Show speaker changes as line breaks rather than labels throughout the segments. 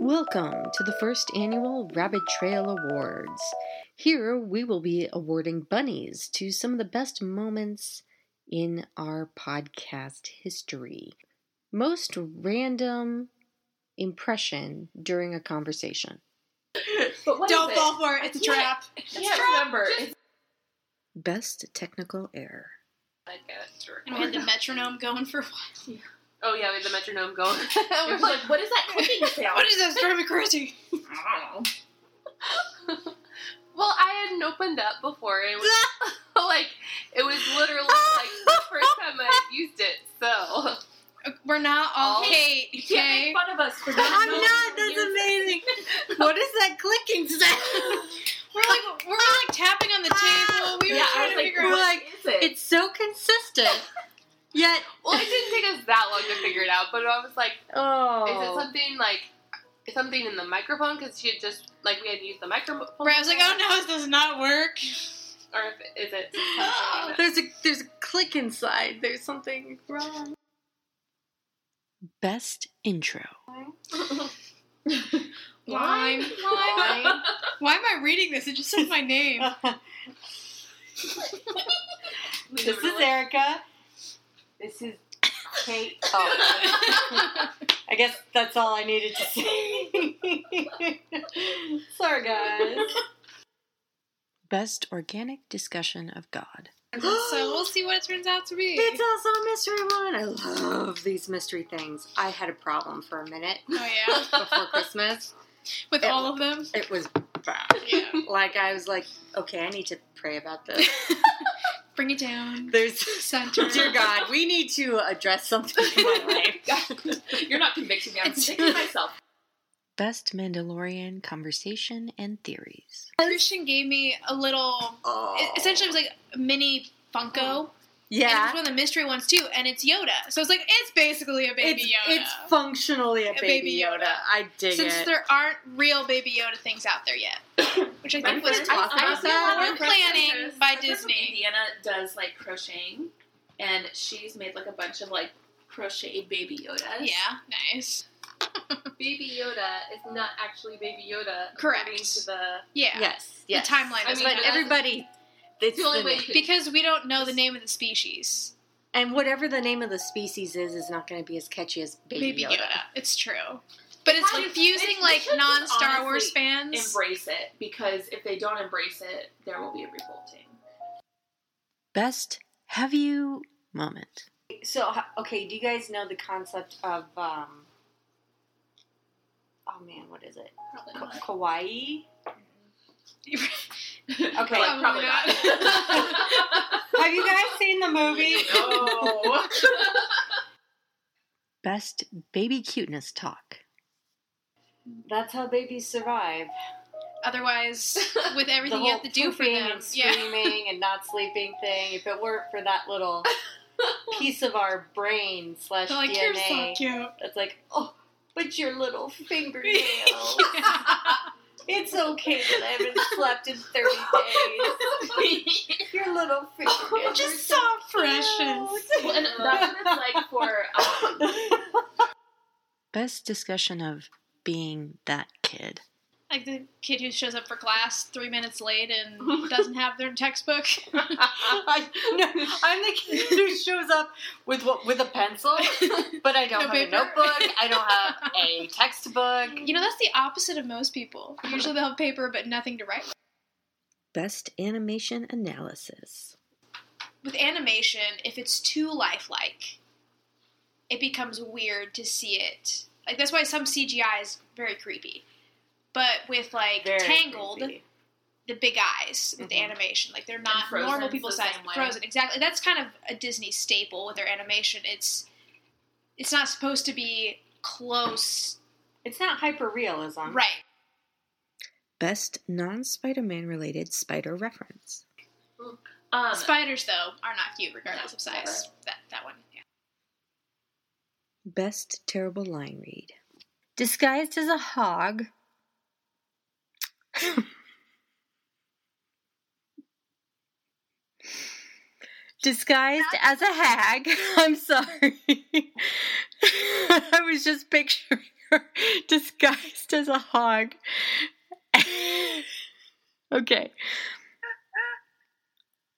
Welcome to the first annual Rabbit Trail Awards. Here we will be awarding bunnies to some of the best moments in our podcast history. Most random impression during a conversation.
But what
Don't
is it?
fall for it. It's a
Yeah.
trap.
I
It's
can't
trap.
remember.
Just-
It's-
Best technical error.
I get it. Sure.
And we had the metronome going for a while.
Oh yeah, we had the metronome going.
We're
We're like, what is that clicking sound?
What is that? It's driving me crazy.
well, I hadn't opened up before, and it was like it was literally like the first time I had used it. So
We're not all
All-
Kate.
you can't
Okay.
make fun of us for
I'm not.
knowing what
That's
you're saying.
amazing. What is that clicking sound? We're like we're like tapping on the table. We were
yeah,
trying
I was
to
like,
figure
what
out.
is it?
It's so consistent. Yet,
well, it didn't take us that long to figure it out, but I was like,
oh,
is it something like something in the microphone? Because she had just like we hadn't used the microphone.
Right, I was like, oh no, this does not work.
Or if, is it?
Oh,
There's a there's a click inside. There's something wrong. Best intro.
Lime, lime. Why am I reading this? It just says my name.
We
This
never
is
really-
Erica.
This is
Kate. Oh, I guess that's all I needed to say. Sorry, guys.
Best organic discussion of God.
so we'll see what it turns out to be. Oh,
It's also a mystery one. I love these mystery things. I had a problem for a minute
Oh yeah,
before Christmas.
with all of them.
It was bad.
Yeah,
Like I was like, okay, I need to pray about this.
bring it down.
There's,
Center.
dear God, we need to address something in my life.
You're not convicting me. I'm
It's-
convicting myself.
Best Mandalorian conversation and theories.
Christian gave me a little.
Oh.
it- Essentially, it was like a mini Funko. And it was
yeah.
one of the mystery ones too, and it's Yoda. So it's like it's basically a baby
It's,
Yoda.
it's functionally a
A
baby,
baby
Yoda.
Yoda.
I dig
since
it.
there aren't real baby Yoda things out there yet, which I
Ready
think
for
was
the talk
I
about
see a
that?
lot of
Because
planning by
my friend from
Disney.
Indiana does like crocheting, and she's made like a bunch of like crocheted baby Yodas.
Yeah, nice.
Baby Yoda is not actually Baby Yoda.
Correct.
according To the
Yeah,
Yes. Yes.
the timeline.
I
is
mean,
better.
but everybody, it's
the only way you could-
because we don't know the name of the species,
and whatever the name of the species is, is not going to be as catchy as Baby,
baby Yoda.
Yoda.
It's true, but it's
Why-
confusing
they- they
like
should just
non-Star Wars
honestly
fans.
Embrace it because if they don't embrace it, there will be a revolting.
Best have you moment.
So, h- okay, do you guys know the concept of? um Oh man, what is it?
Probably
Ka-
not.
kawaii. Okay,
Like, probably not.
have you guys seen the movie?
no.
Best baby cuteness talk.
That's how babies survive.
Otherwise, with everything
the
you
whole
have to do for
pooping
them,
and
yeah.
screaming and not sleeping thing. If it weren't for that little piece of our brain slash
They're like,
DNA,
you're so cute.
It's like, oh, but your little fingernail. It's okay that I haven't slept in 30 days. Your little fingernails. are
Just so precious.
Well, and that's what it's like for um,
Best discussion of being that kid.
Like the kid who shows up for class three minutes late and doesn't have their textbook.
I, no, I'm the kid who shows up with what with a pencil, but I don't
No
have
paper.
a notebook. I don't have a textbook.
You know, that's the opposite of most people. Usually they'll have paper but nothing to write with.
Best animation analysis.
With animation, if it's too lifelike, it becomes weird to see it. Like, that's why some CGI is very creepy. But with, like,
Very
Tangled,
creepy.
the big eyes with the
Mm-hmm.
Mhm.
animation. Like they're not
Frozen's
normal people's
the
eyes.
same way.
Frozen, exactly. That's kind of a Disney staple with their animation. It's it's not supposed to be close,
It's not hyper realism.
right?
Best non Spider Man related spider reference.
um,
Spiders though are not cute regardless of size. That that one. Yeah.
Best terrible line read. Disguised as a hog. Disguised as a hag. I'm sorry. I was just picturing
bear disguised as a hog. okay.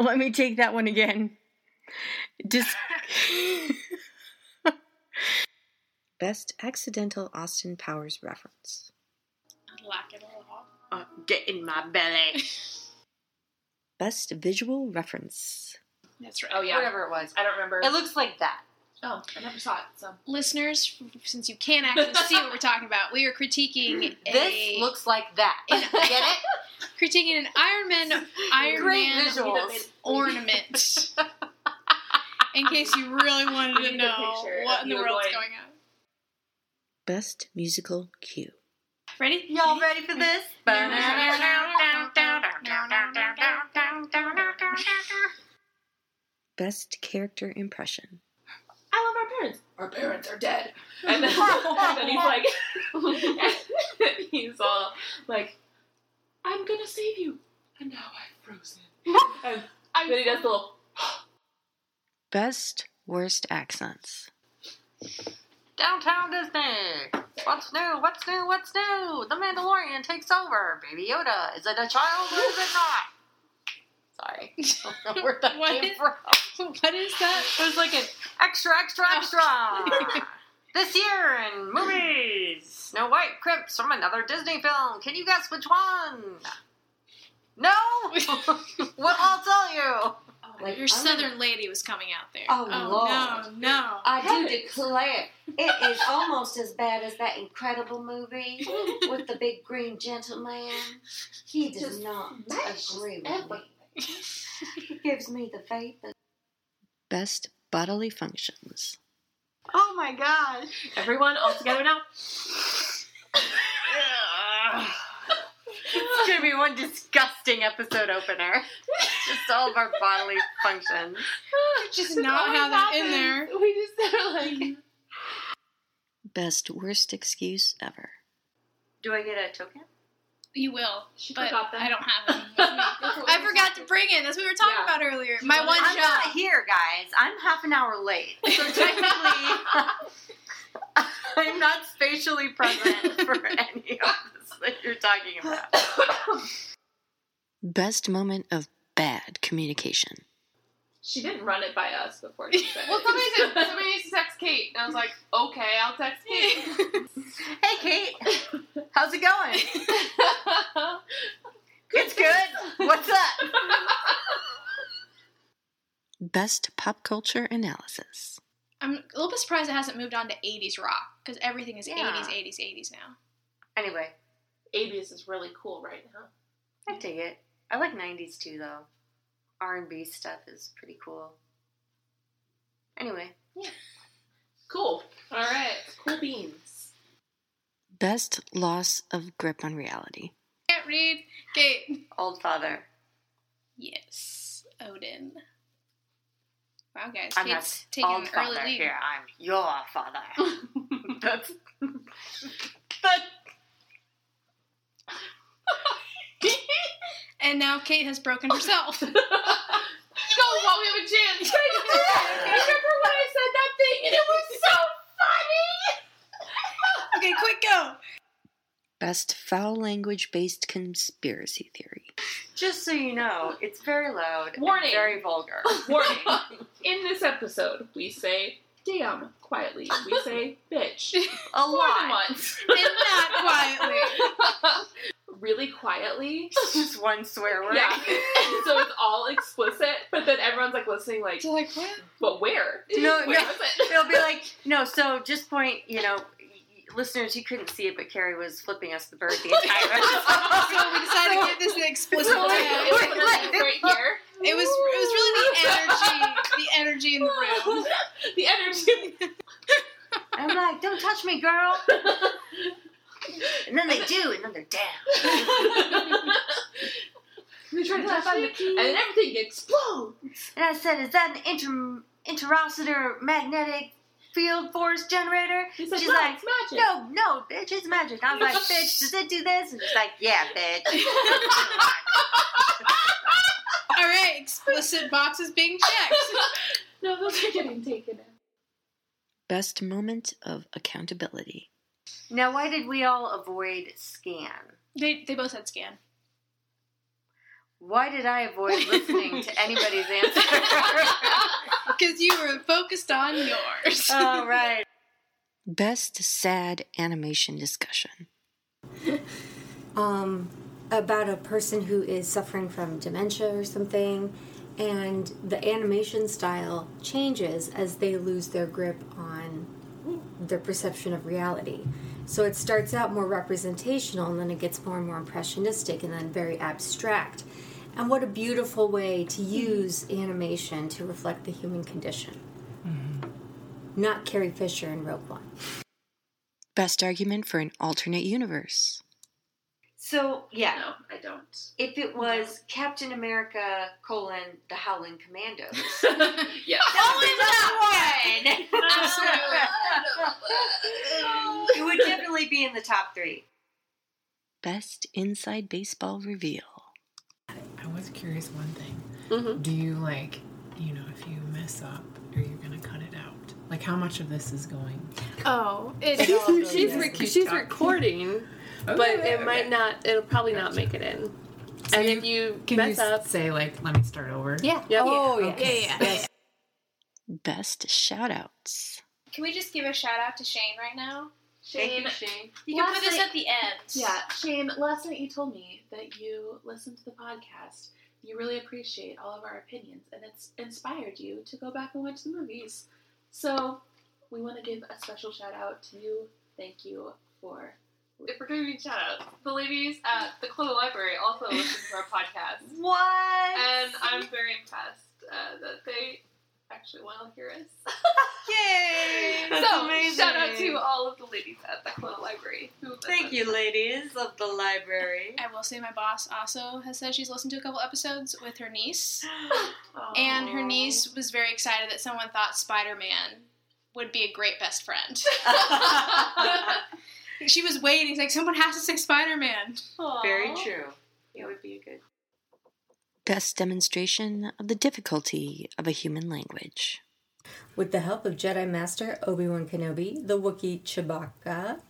Let me take that one again. Dis- Best accidental Austin Powers reference.
Lack it all.
Oh, get in my belly.
Best visual reference.
That's right.
Oh yeah.
Whatever it was.
I don't remember.
It looks like that.
oh, I never saw it. So
Listeners, since you can't actually see what we're talking about, we are critiquing a
This looks like that. Get it?
critiquing an Iron Man Iron
Great
Man
visuals.
ornament. in case you really wanted
We
to
need a
know
picture
what
of
in the
you
world's
going-
going on.
Best musical cue.
Ready?
Y'all ready for this?
Best character impression.
I love our parents. Our parents are dead. And then, and then he's like, he's all like, I'm gonna save you. And now I'm frozen. And then he does the little,
Best worst accents.
Downtown Disney. What's new? What's new? What's new? The Mandalorian takes over. Baby Yoda. Is it a child or is it not? Sorry. I don't know where that
What
came
is-
from.
What is that?
It was like an extra, extra, extra. this year in movies. Snow White Crips from another Disney film. Can you guess which one? No? well, I'll tell you.
like,
Oh, Your southern lady was coming out there.
Oh,
no,
Lord.
no.
I
Yes.
do declare, it is almost as bad as that incredible movie with the big green gentleman. He does
Just
not
smashes
agree with
everything.
me. He gives me the faith. That-
Best bodily functions.
oh my gosh!
everyone all together now.
It's gonna be one disgusting episode opener. Just all of our bodily functions.
Just not have that in there.
We just are like,
Best worst excuse ever.
Do I get a token?
You will,
she
but
forgot
I
that.
don't have any. with me. I forgot to bring it. That's what we were talking
Yeah.
about earlier. My one
I'm not
job.
here, guys. I'm half an hour late. So technically, I'm not spatially present for any of this that you're talking about.
Best moment of bad communication.
She didn't run it by us before she said
Well,
it.
somebody said somebody needs to text Kate, and I was like, okay, I'll text Kate.
Hey, Kate. How's it going? It's good. What's up?
Best pop culture analysis.
I'm a little bit surprised it hasn't moved on to 80s rock because everything is
Yeah.
80s, 80s, 80s now.
Anyway,
ABS is really cool right now.
I dig it. I like 90s too, though. R&B stuff is pretty cool. Anyway,
Cool. All right. Cool beans.
Best loss of grip on reality.
Can't read. Kate.
old father.
Yes, Odin. Wow, guys,
I'm
Kate's
not
taking
old
an early
father
lead.
here. I'm your father. That's that
And now Kate has broken herself.
Go while we have a chance.
Remember when I said that thing and it was so funny?
okay, quick go.
Best foul language based conspiracy theory.
Just so you know, it's very loud. and
Warning.
very vulgar.
Warning. In this episode, we say damn quietly. We say bitch.
A
More than
lot.
once.
And not quietly.
really quietly.
Just one swear word.
Yeah. so it's all explicit, but then everyone's like listening, like,
So, like, what?
but where?
No,
where
no.
was it?
It'll be like no. So just point. You know, listeners, you couldn't see it, but Carrie was flipping us the bird the entire
So, we
episode.
decided to give this an explicit
So, like,
tag.
It was literally right here.
It was it was really the energy, the energy in the room.
the energy.
I'm like, don't touch me, girl. And then they do, and then they're down.
we try to tap on it, and then everything explodes.
And I said, is that an inter interocitor magnetic field force generator?
He's like,
She's
"No,
like,
it's magic.
No, no, bitch, it's magic. I was like, bitch, does it do this? And she's like, yeah, bitch.
All right, explicit boxes being checked.
No, those are getting taken out.
Best moment of accountability.
Now, why did we all avoid scan?
They they both said scan.
Why did I avoid listening to anybody's answer?
Because you were focused on yours.
Oh.
All right.
Best sad animation discussion.
um, about a person who is suffering from dementia or something, and the animation style changes as they lose their grip on their perception of reality. So it starts out more representational, and then it gets more and more impressionistic, and then very abstract. And what a beautiful way to use animation to reflect the human condition. Not Carrie Fisher in Rogue One.
Best argument for an alternate universe.
So yeah,
No, I don't.
if it was Captain America colon the Howling Commandos,
yeah.
that one.
Absolutely.
it would definitely be in the top three.
Best inside baseball reveal.
I was curious one thing.
Mhm.
Do you like, you know, if you mess up, are you gonna cut it out? Like, how much of this is going?
Oh, it's
She's rec- she's recording, but it might not. It'll probably not make it in. And if you
Can
mess
you
up,
say like, let me start over?
Yeah.
Yep.
Oh, yeah.
yeah, yeah.
Best shoutouts.
Can we just give a shout out to Shane right now?
Thank
Shane,
you, Shane.
You can put
Last
this
night-
at the end.
yeah, Shane. Last night you told me that you listened to the podcast. You really appreciate all of our opinions, and it's inspired you to go back and watch the movies. So we want to give a special shout out to you. Thank you for
If we're giving shout outs, the ladies at the Clover Library also listen to our podcast.
What?
And I'm very impressed uh, that they actually want to hear us.
Yay! That's
so,
amazing.
shout out to all of the ladies at the Kelowna Library. Who
Thank you, ladies of the library.
I will say my boss also has said she's listened to a couple episodes with her niece, and her niece was very excited that someone thought Spider Man would be a great best friend. she was waiting. She's like, someone has to say Spider Man.
Very true.
It would be a good.
Best demonstration of the difficulty of a human language.
With the help of Jedi Master Obi Wan Kenobi, the Wookiee Chewbacca,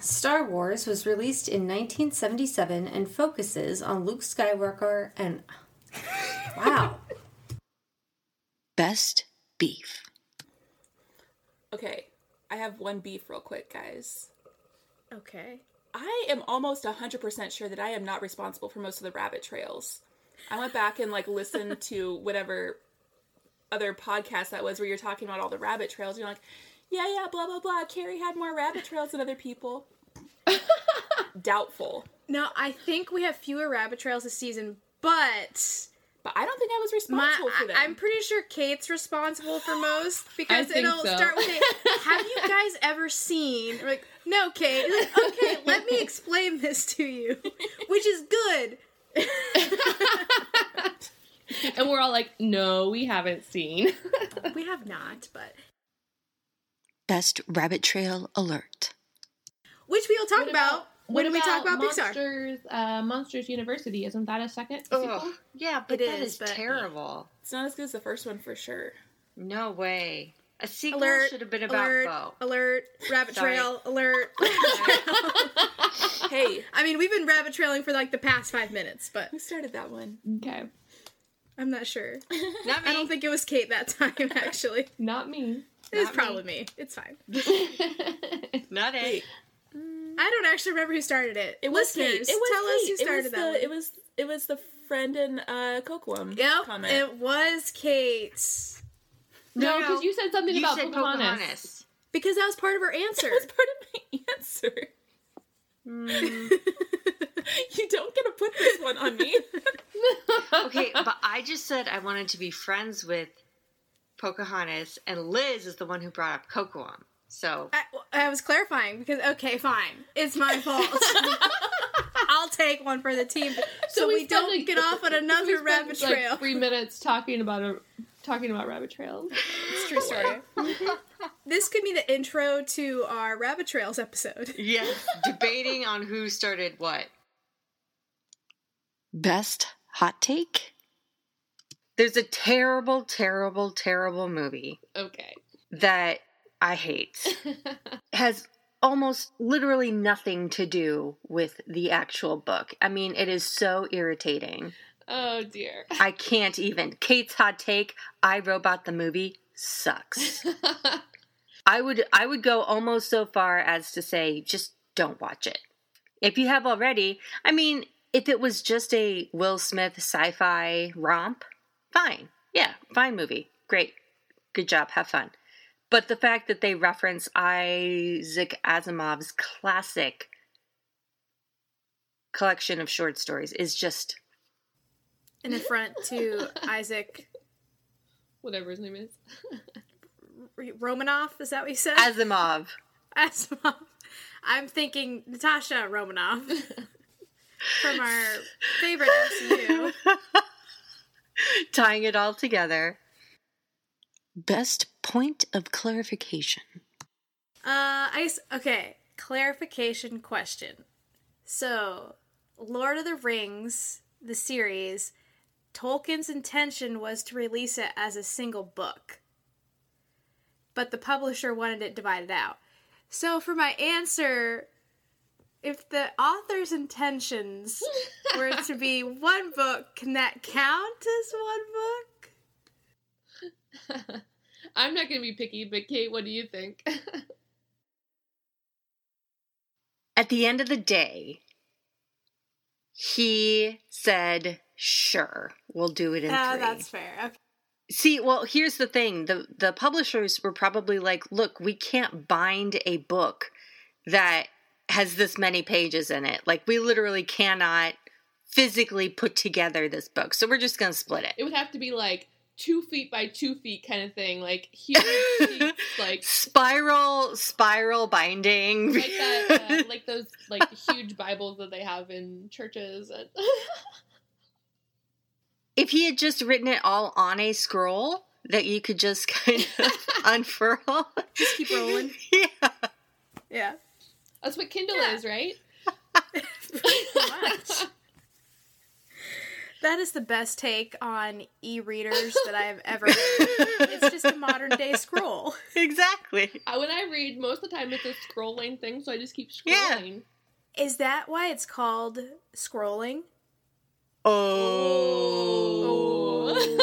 Star Wars was released in 1977 and focuses on Luke Skywalker and. Wow.
Best beef.
Okay, I have one beef real quick, guys.
Okay.
I am almost 100% sure that I am not responsible for most of the rabbit trails. I went back and like listened to whatever other podcast that was where you're talking about all the rabbit trails. You're like, yeah, yeah, blah, blah, blah. Carrie had more rabbit trails than other people. Doubtful.
No, I think we have fewer rabbit trails this season, but
But I don't think I was
my
responsible for them.
I, am pretty sure Kate's responsible for most because
think
it'll
so.
start with a have you guys ever seen We're like no Kate It's like, okay let me explain this to you which is good
and we're all like, no, we haven't seen.
we have not but
Best rabbit trail alert.
which we will talk about when we talk about Pixar
Monsters, uh, Monsters University? Isn't that a second? sequel?
Yeah,
but It that is, is but-
terrible.
it's not as good as the first one for sure.
No way. A sequel
alert
should have been about
alert
Bo.
alert rabbit
Sorry.
trail alert rabbit trail.
Hey,
I mean we've been rabbit trailing for like the past five minutes but
who started that one?
Okay,
I'm not sure
Not me.
I don't think it was Kate that time actually
not me.
It was probably me. It's fine.
Not it.
I don't actually remember who started it.
It was Kate.
Listeners,
It was
tell us
Kate.
who started
it was
that.
the,
one.
It was it was the friend and uh, Coquam
Yep,
comment.
it was Kate.
No, because you said something
You
about
said
Pocahontas.
Pocahontas.
Because that was part of her answer.
That's part of my answer. you don't get to put this one on me.
okay, but I just said I wanted to be friends with Pocahontas, and Liz is the one who brought up Cocoam. So
I, I was clarifying because okay, fine, it's my fault. I'll take one for the team, so, we,
spent,
don't
like-
get off on
we
another
spent,
rabbit
like,
trail.
three minutes talking about a talking about rabbit trails.
It's a true story. this could be the intro to our rabbit trails episode.
yeah, debating on who started what.
Best hot take.
There's a terrible, terrible, terrible movie
Okay.
that I hate. Has almost literally nothing to do with the actual book. I mean, it is so irritating.
Oh dear.
I can't even. Kate's hot take, I Robot the movie sucks. I would I would go almost so far as to say just don't watch it. If you have already, I mean, if it was just a Will Smith sci-fi romp, fine. Yeah, fine movie. Great. Good job. Have fun. But the fact that they reference Isaac Asimov's classic collection of short stories is just
An affront to Isaac
Whatever his name is.
Romanoff. Is that what you said?
Asimov.
Asimov. I'm thinking Natasha Romanoff from our favorite MCU.
tying it all together. Best point of clarification.
Uh, I s- okay. Clarification question. So, Lord of the Rings, the series, Tolkien's intention was to release it as a single book, but the publisher wanted it divided out. So, for my answer, if the author's intentions were to be one book, can that count as one book?
I'm not gonna be picky, but Kate, what do you think?
At the end of the day, he said, "Sure, we'll do it in
Ah,
three.
that's fair. Okay.
See, well, here's the thing: the the publishers were probably like, "Look, we can't bind a book that has this many pages in it. Like, we literally cannot physically put together this book. So we're just going to split it."
it would have to be like two feet by two feet kind of thing, like huge sheets, like
Spiral, spiral binding.
like that, uh, like those like huge Bibles that they have in churches. And
if he had just written it all on a scroll that you could just kind of unfurl.
Just keep rolling.
yeah.
Yeah.
that's what Kindle
Yeah.
is, right?
Pretty much. That is the best take on e-readers that I have ever heard. It's just a modern day scroll.
Exactly.
I, when I read, most of the time it's a scrolling thing, so I just keep
Yeah.
scrolling.
Is that why it's called scrolling?
Oh.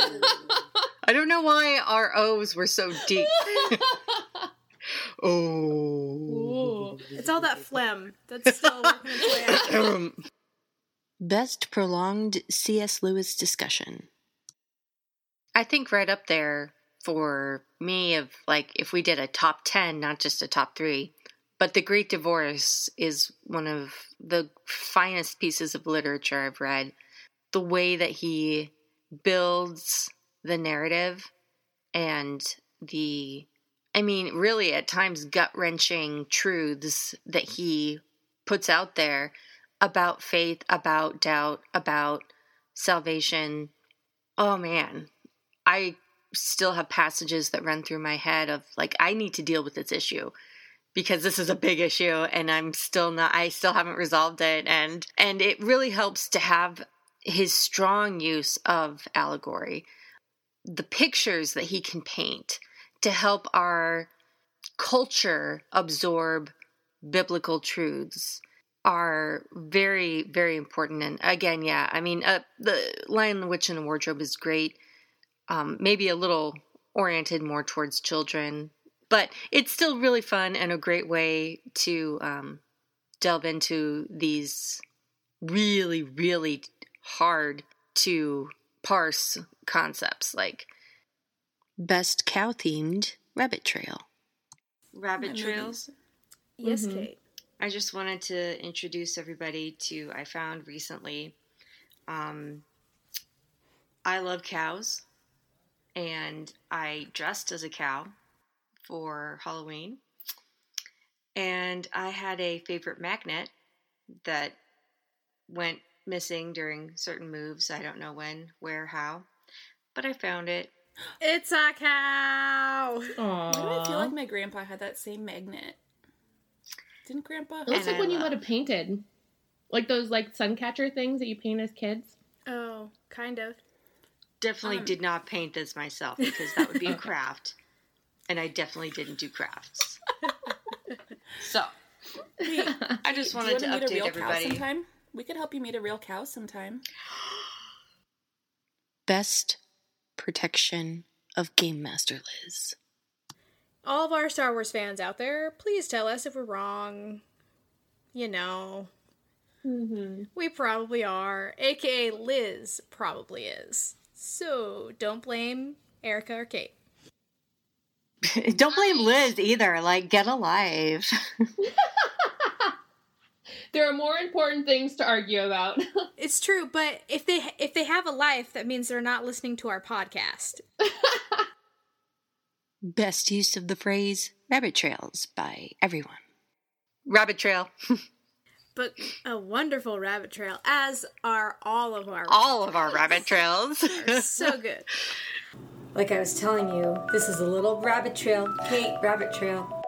I don't know why our O's were so deep. oh.
Ooh.
It's all that phlegm that's still working its way out.
Um, Best prolonged C.S. Lewis discussion. I think right up there for me of like if we did a top 10, not just a top 3, but The Great Divorce is one of the finest pieces of literature I've read. The way that he builds the narrative and the I mean, really at times gut-wrenching truths that he puts out there about faith, about doubt, about salvation. Oh man, I still have passages that run through my head of like, I need to deal with this issue because this is a big issue and I'm still not, I still haven't resolved it. And, and it really helps to have his strong use of allegory, the pictures that he can paint to help our culture absorb biblical truths are very very important and again yeah i mean uh, the lion the witch and the wardrobe is great um, maybe a little oriented more towards children but it's still really fun and a great way to um, delve into these really really hard to parse concepts like best cow themed rabbit trail
My
Rabbit
movies.
trails.
Yes,
Mhm.
Kate.
I just wanted to introduce everybody to I found recently. Um, I love cows, and I dressed as a cow for Halloween, and I had a favorite magnet that went missing during certain moves. I don't know when, where, how, but I found it.
It's a cow.
Why do I feel
Aww.
like my grandpa had that same magnet? Didn't grandpa?
looks like I when you love- would
have painted. Like those like sun catcher things that you paint as kids.
Oh, kind of.
Definitely
Um.
did not paint this myself because that would be a craft, and I definitely didn't do crafts. So
I just
Do you
wanted
wanna
to
meet a
update
real Cow
everybody.
sometime? We could help you meet a real cow sometime.
Best protection of Game Master Liz.
All of our Star Wars fans out there, please tell us if we're wrong. You know, we probably are. AKA Liz probably is. So don't blame Erica or Kate.
Don't blame Liz either. Like, get alive.
There are more important things to argue about.
It's true, but if they if they have a life, that means they're not listening to our podcast.
Best use of the phrase rabbit trails by everyone. Rabbit trail.
But a wonderful rabbit trail, as are all of our
All of our rabbit trails.
so good.
Like I was telling you, this is a little rabbit trail, Kate rabbit trail,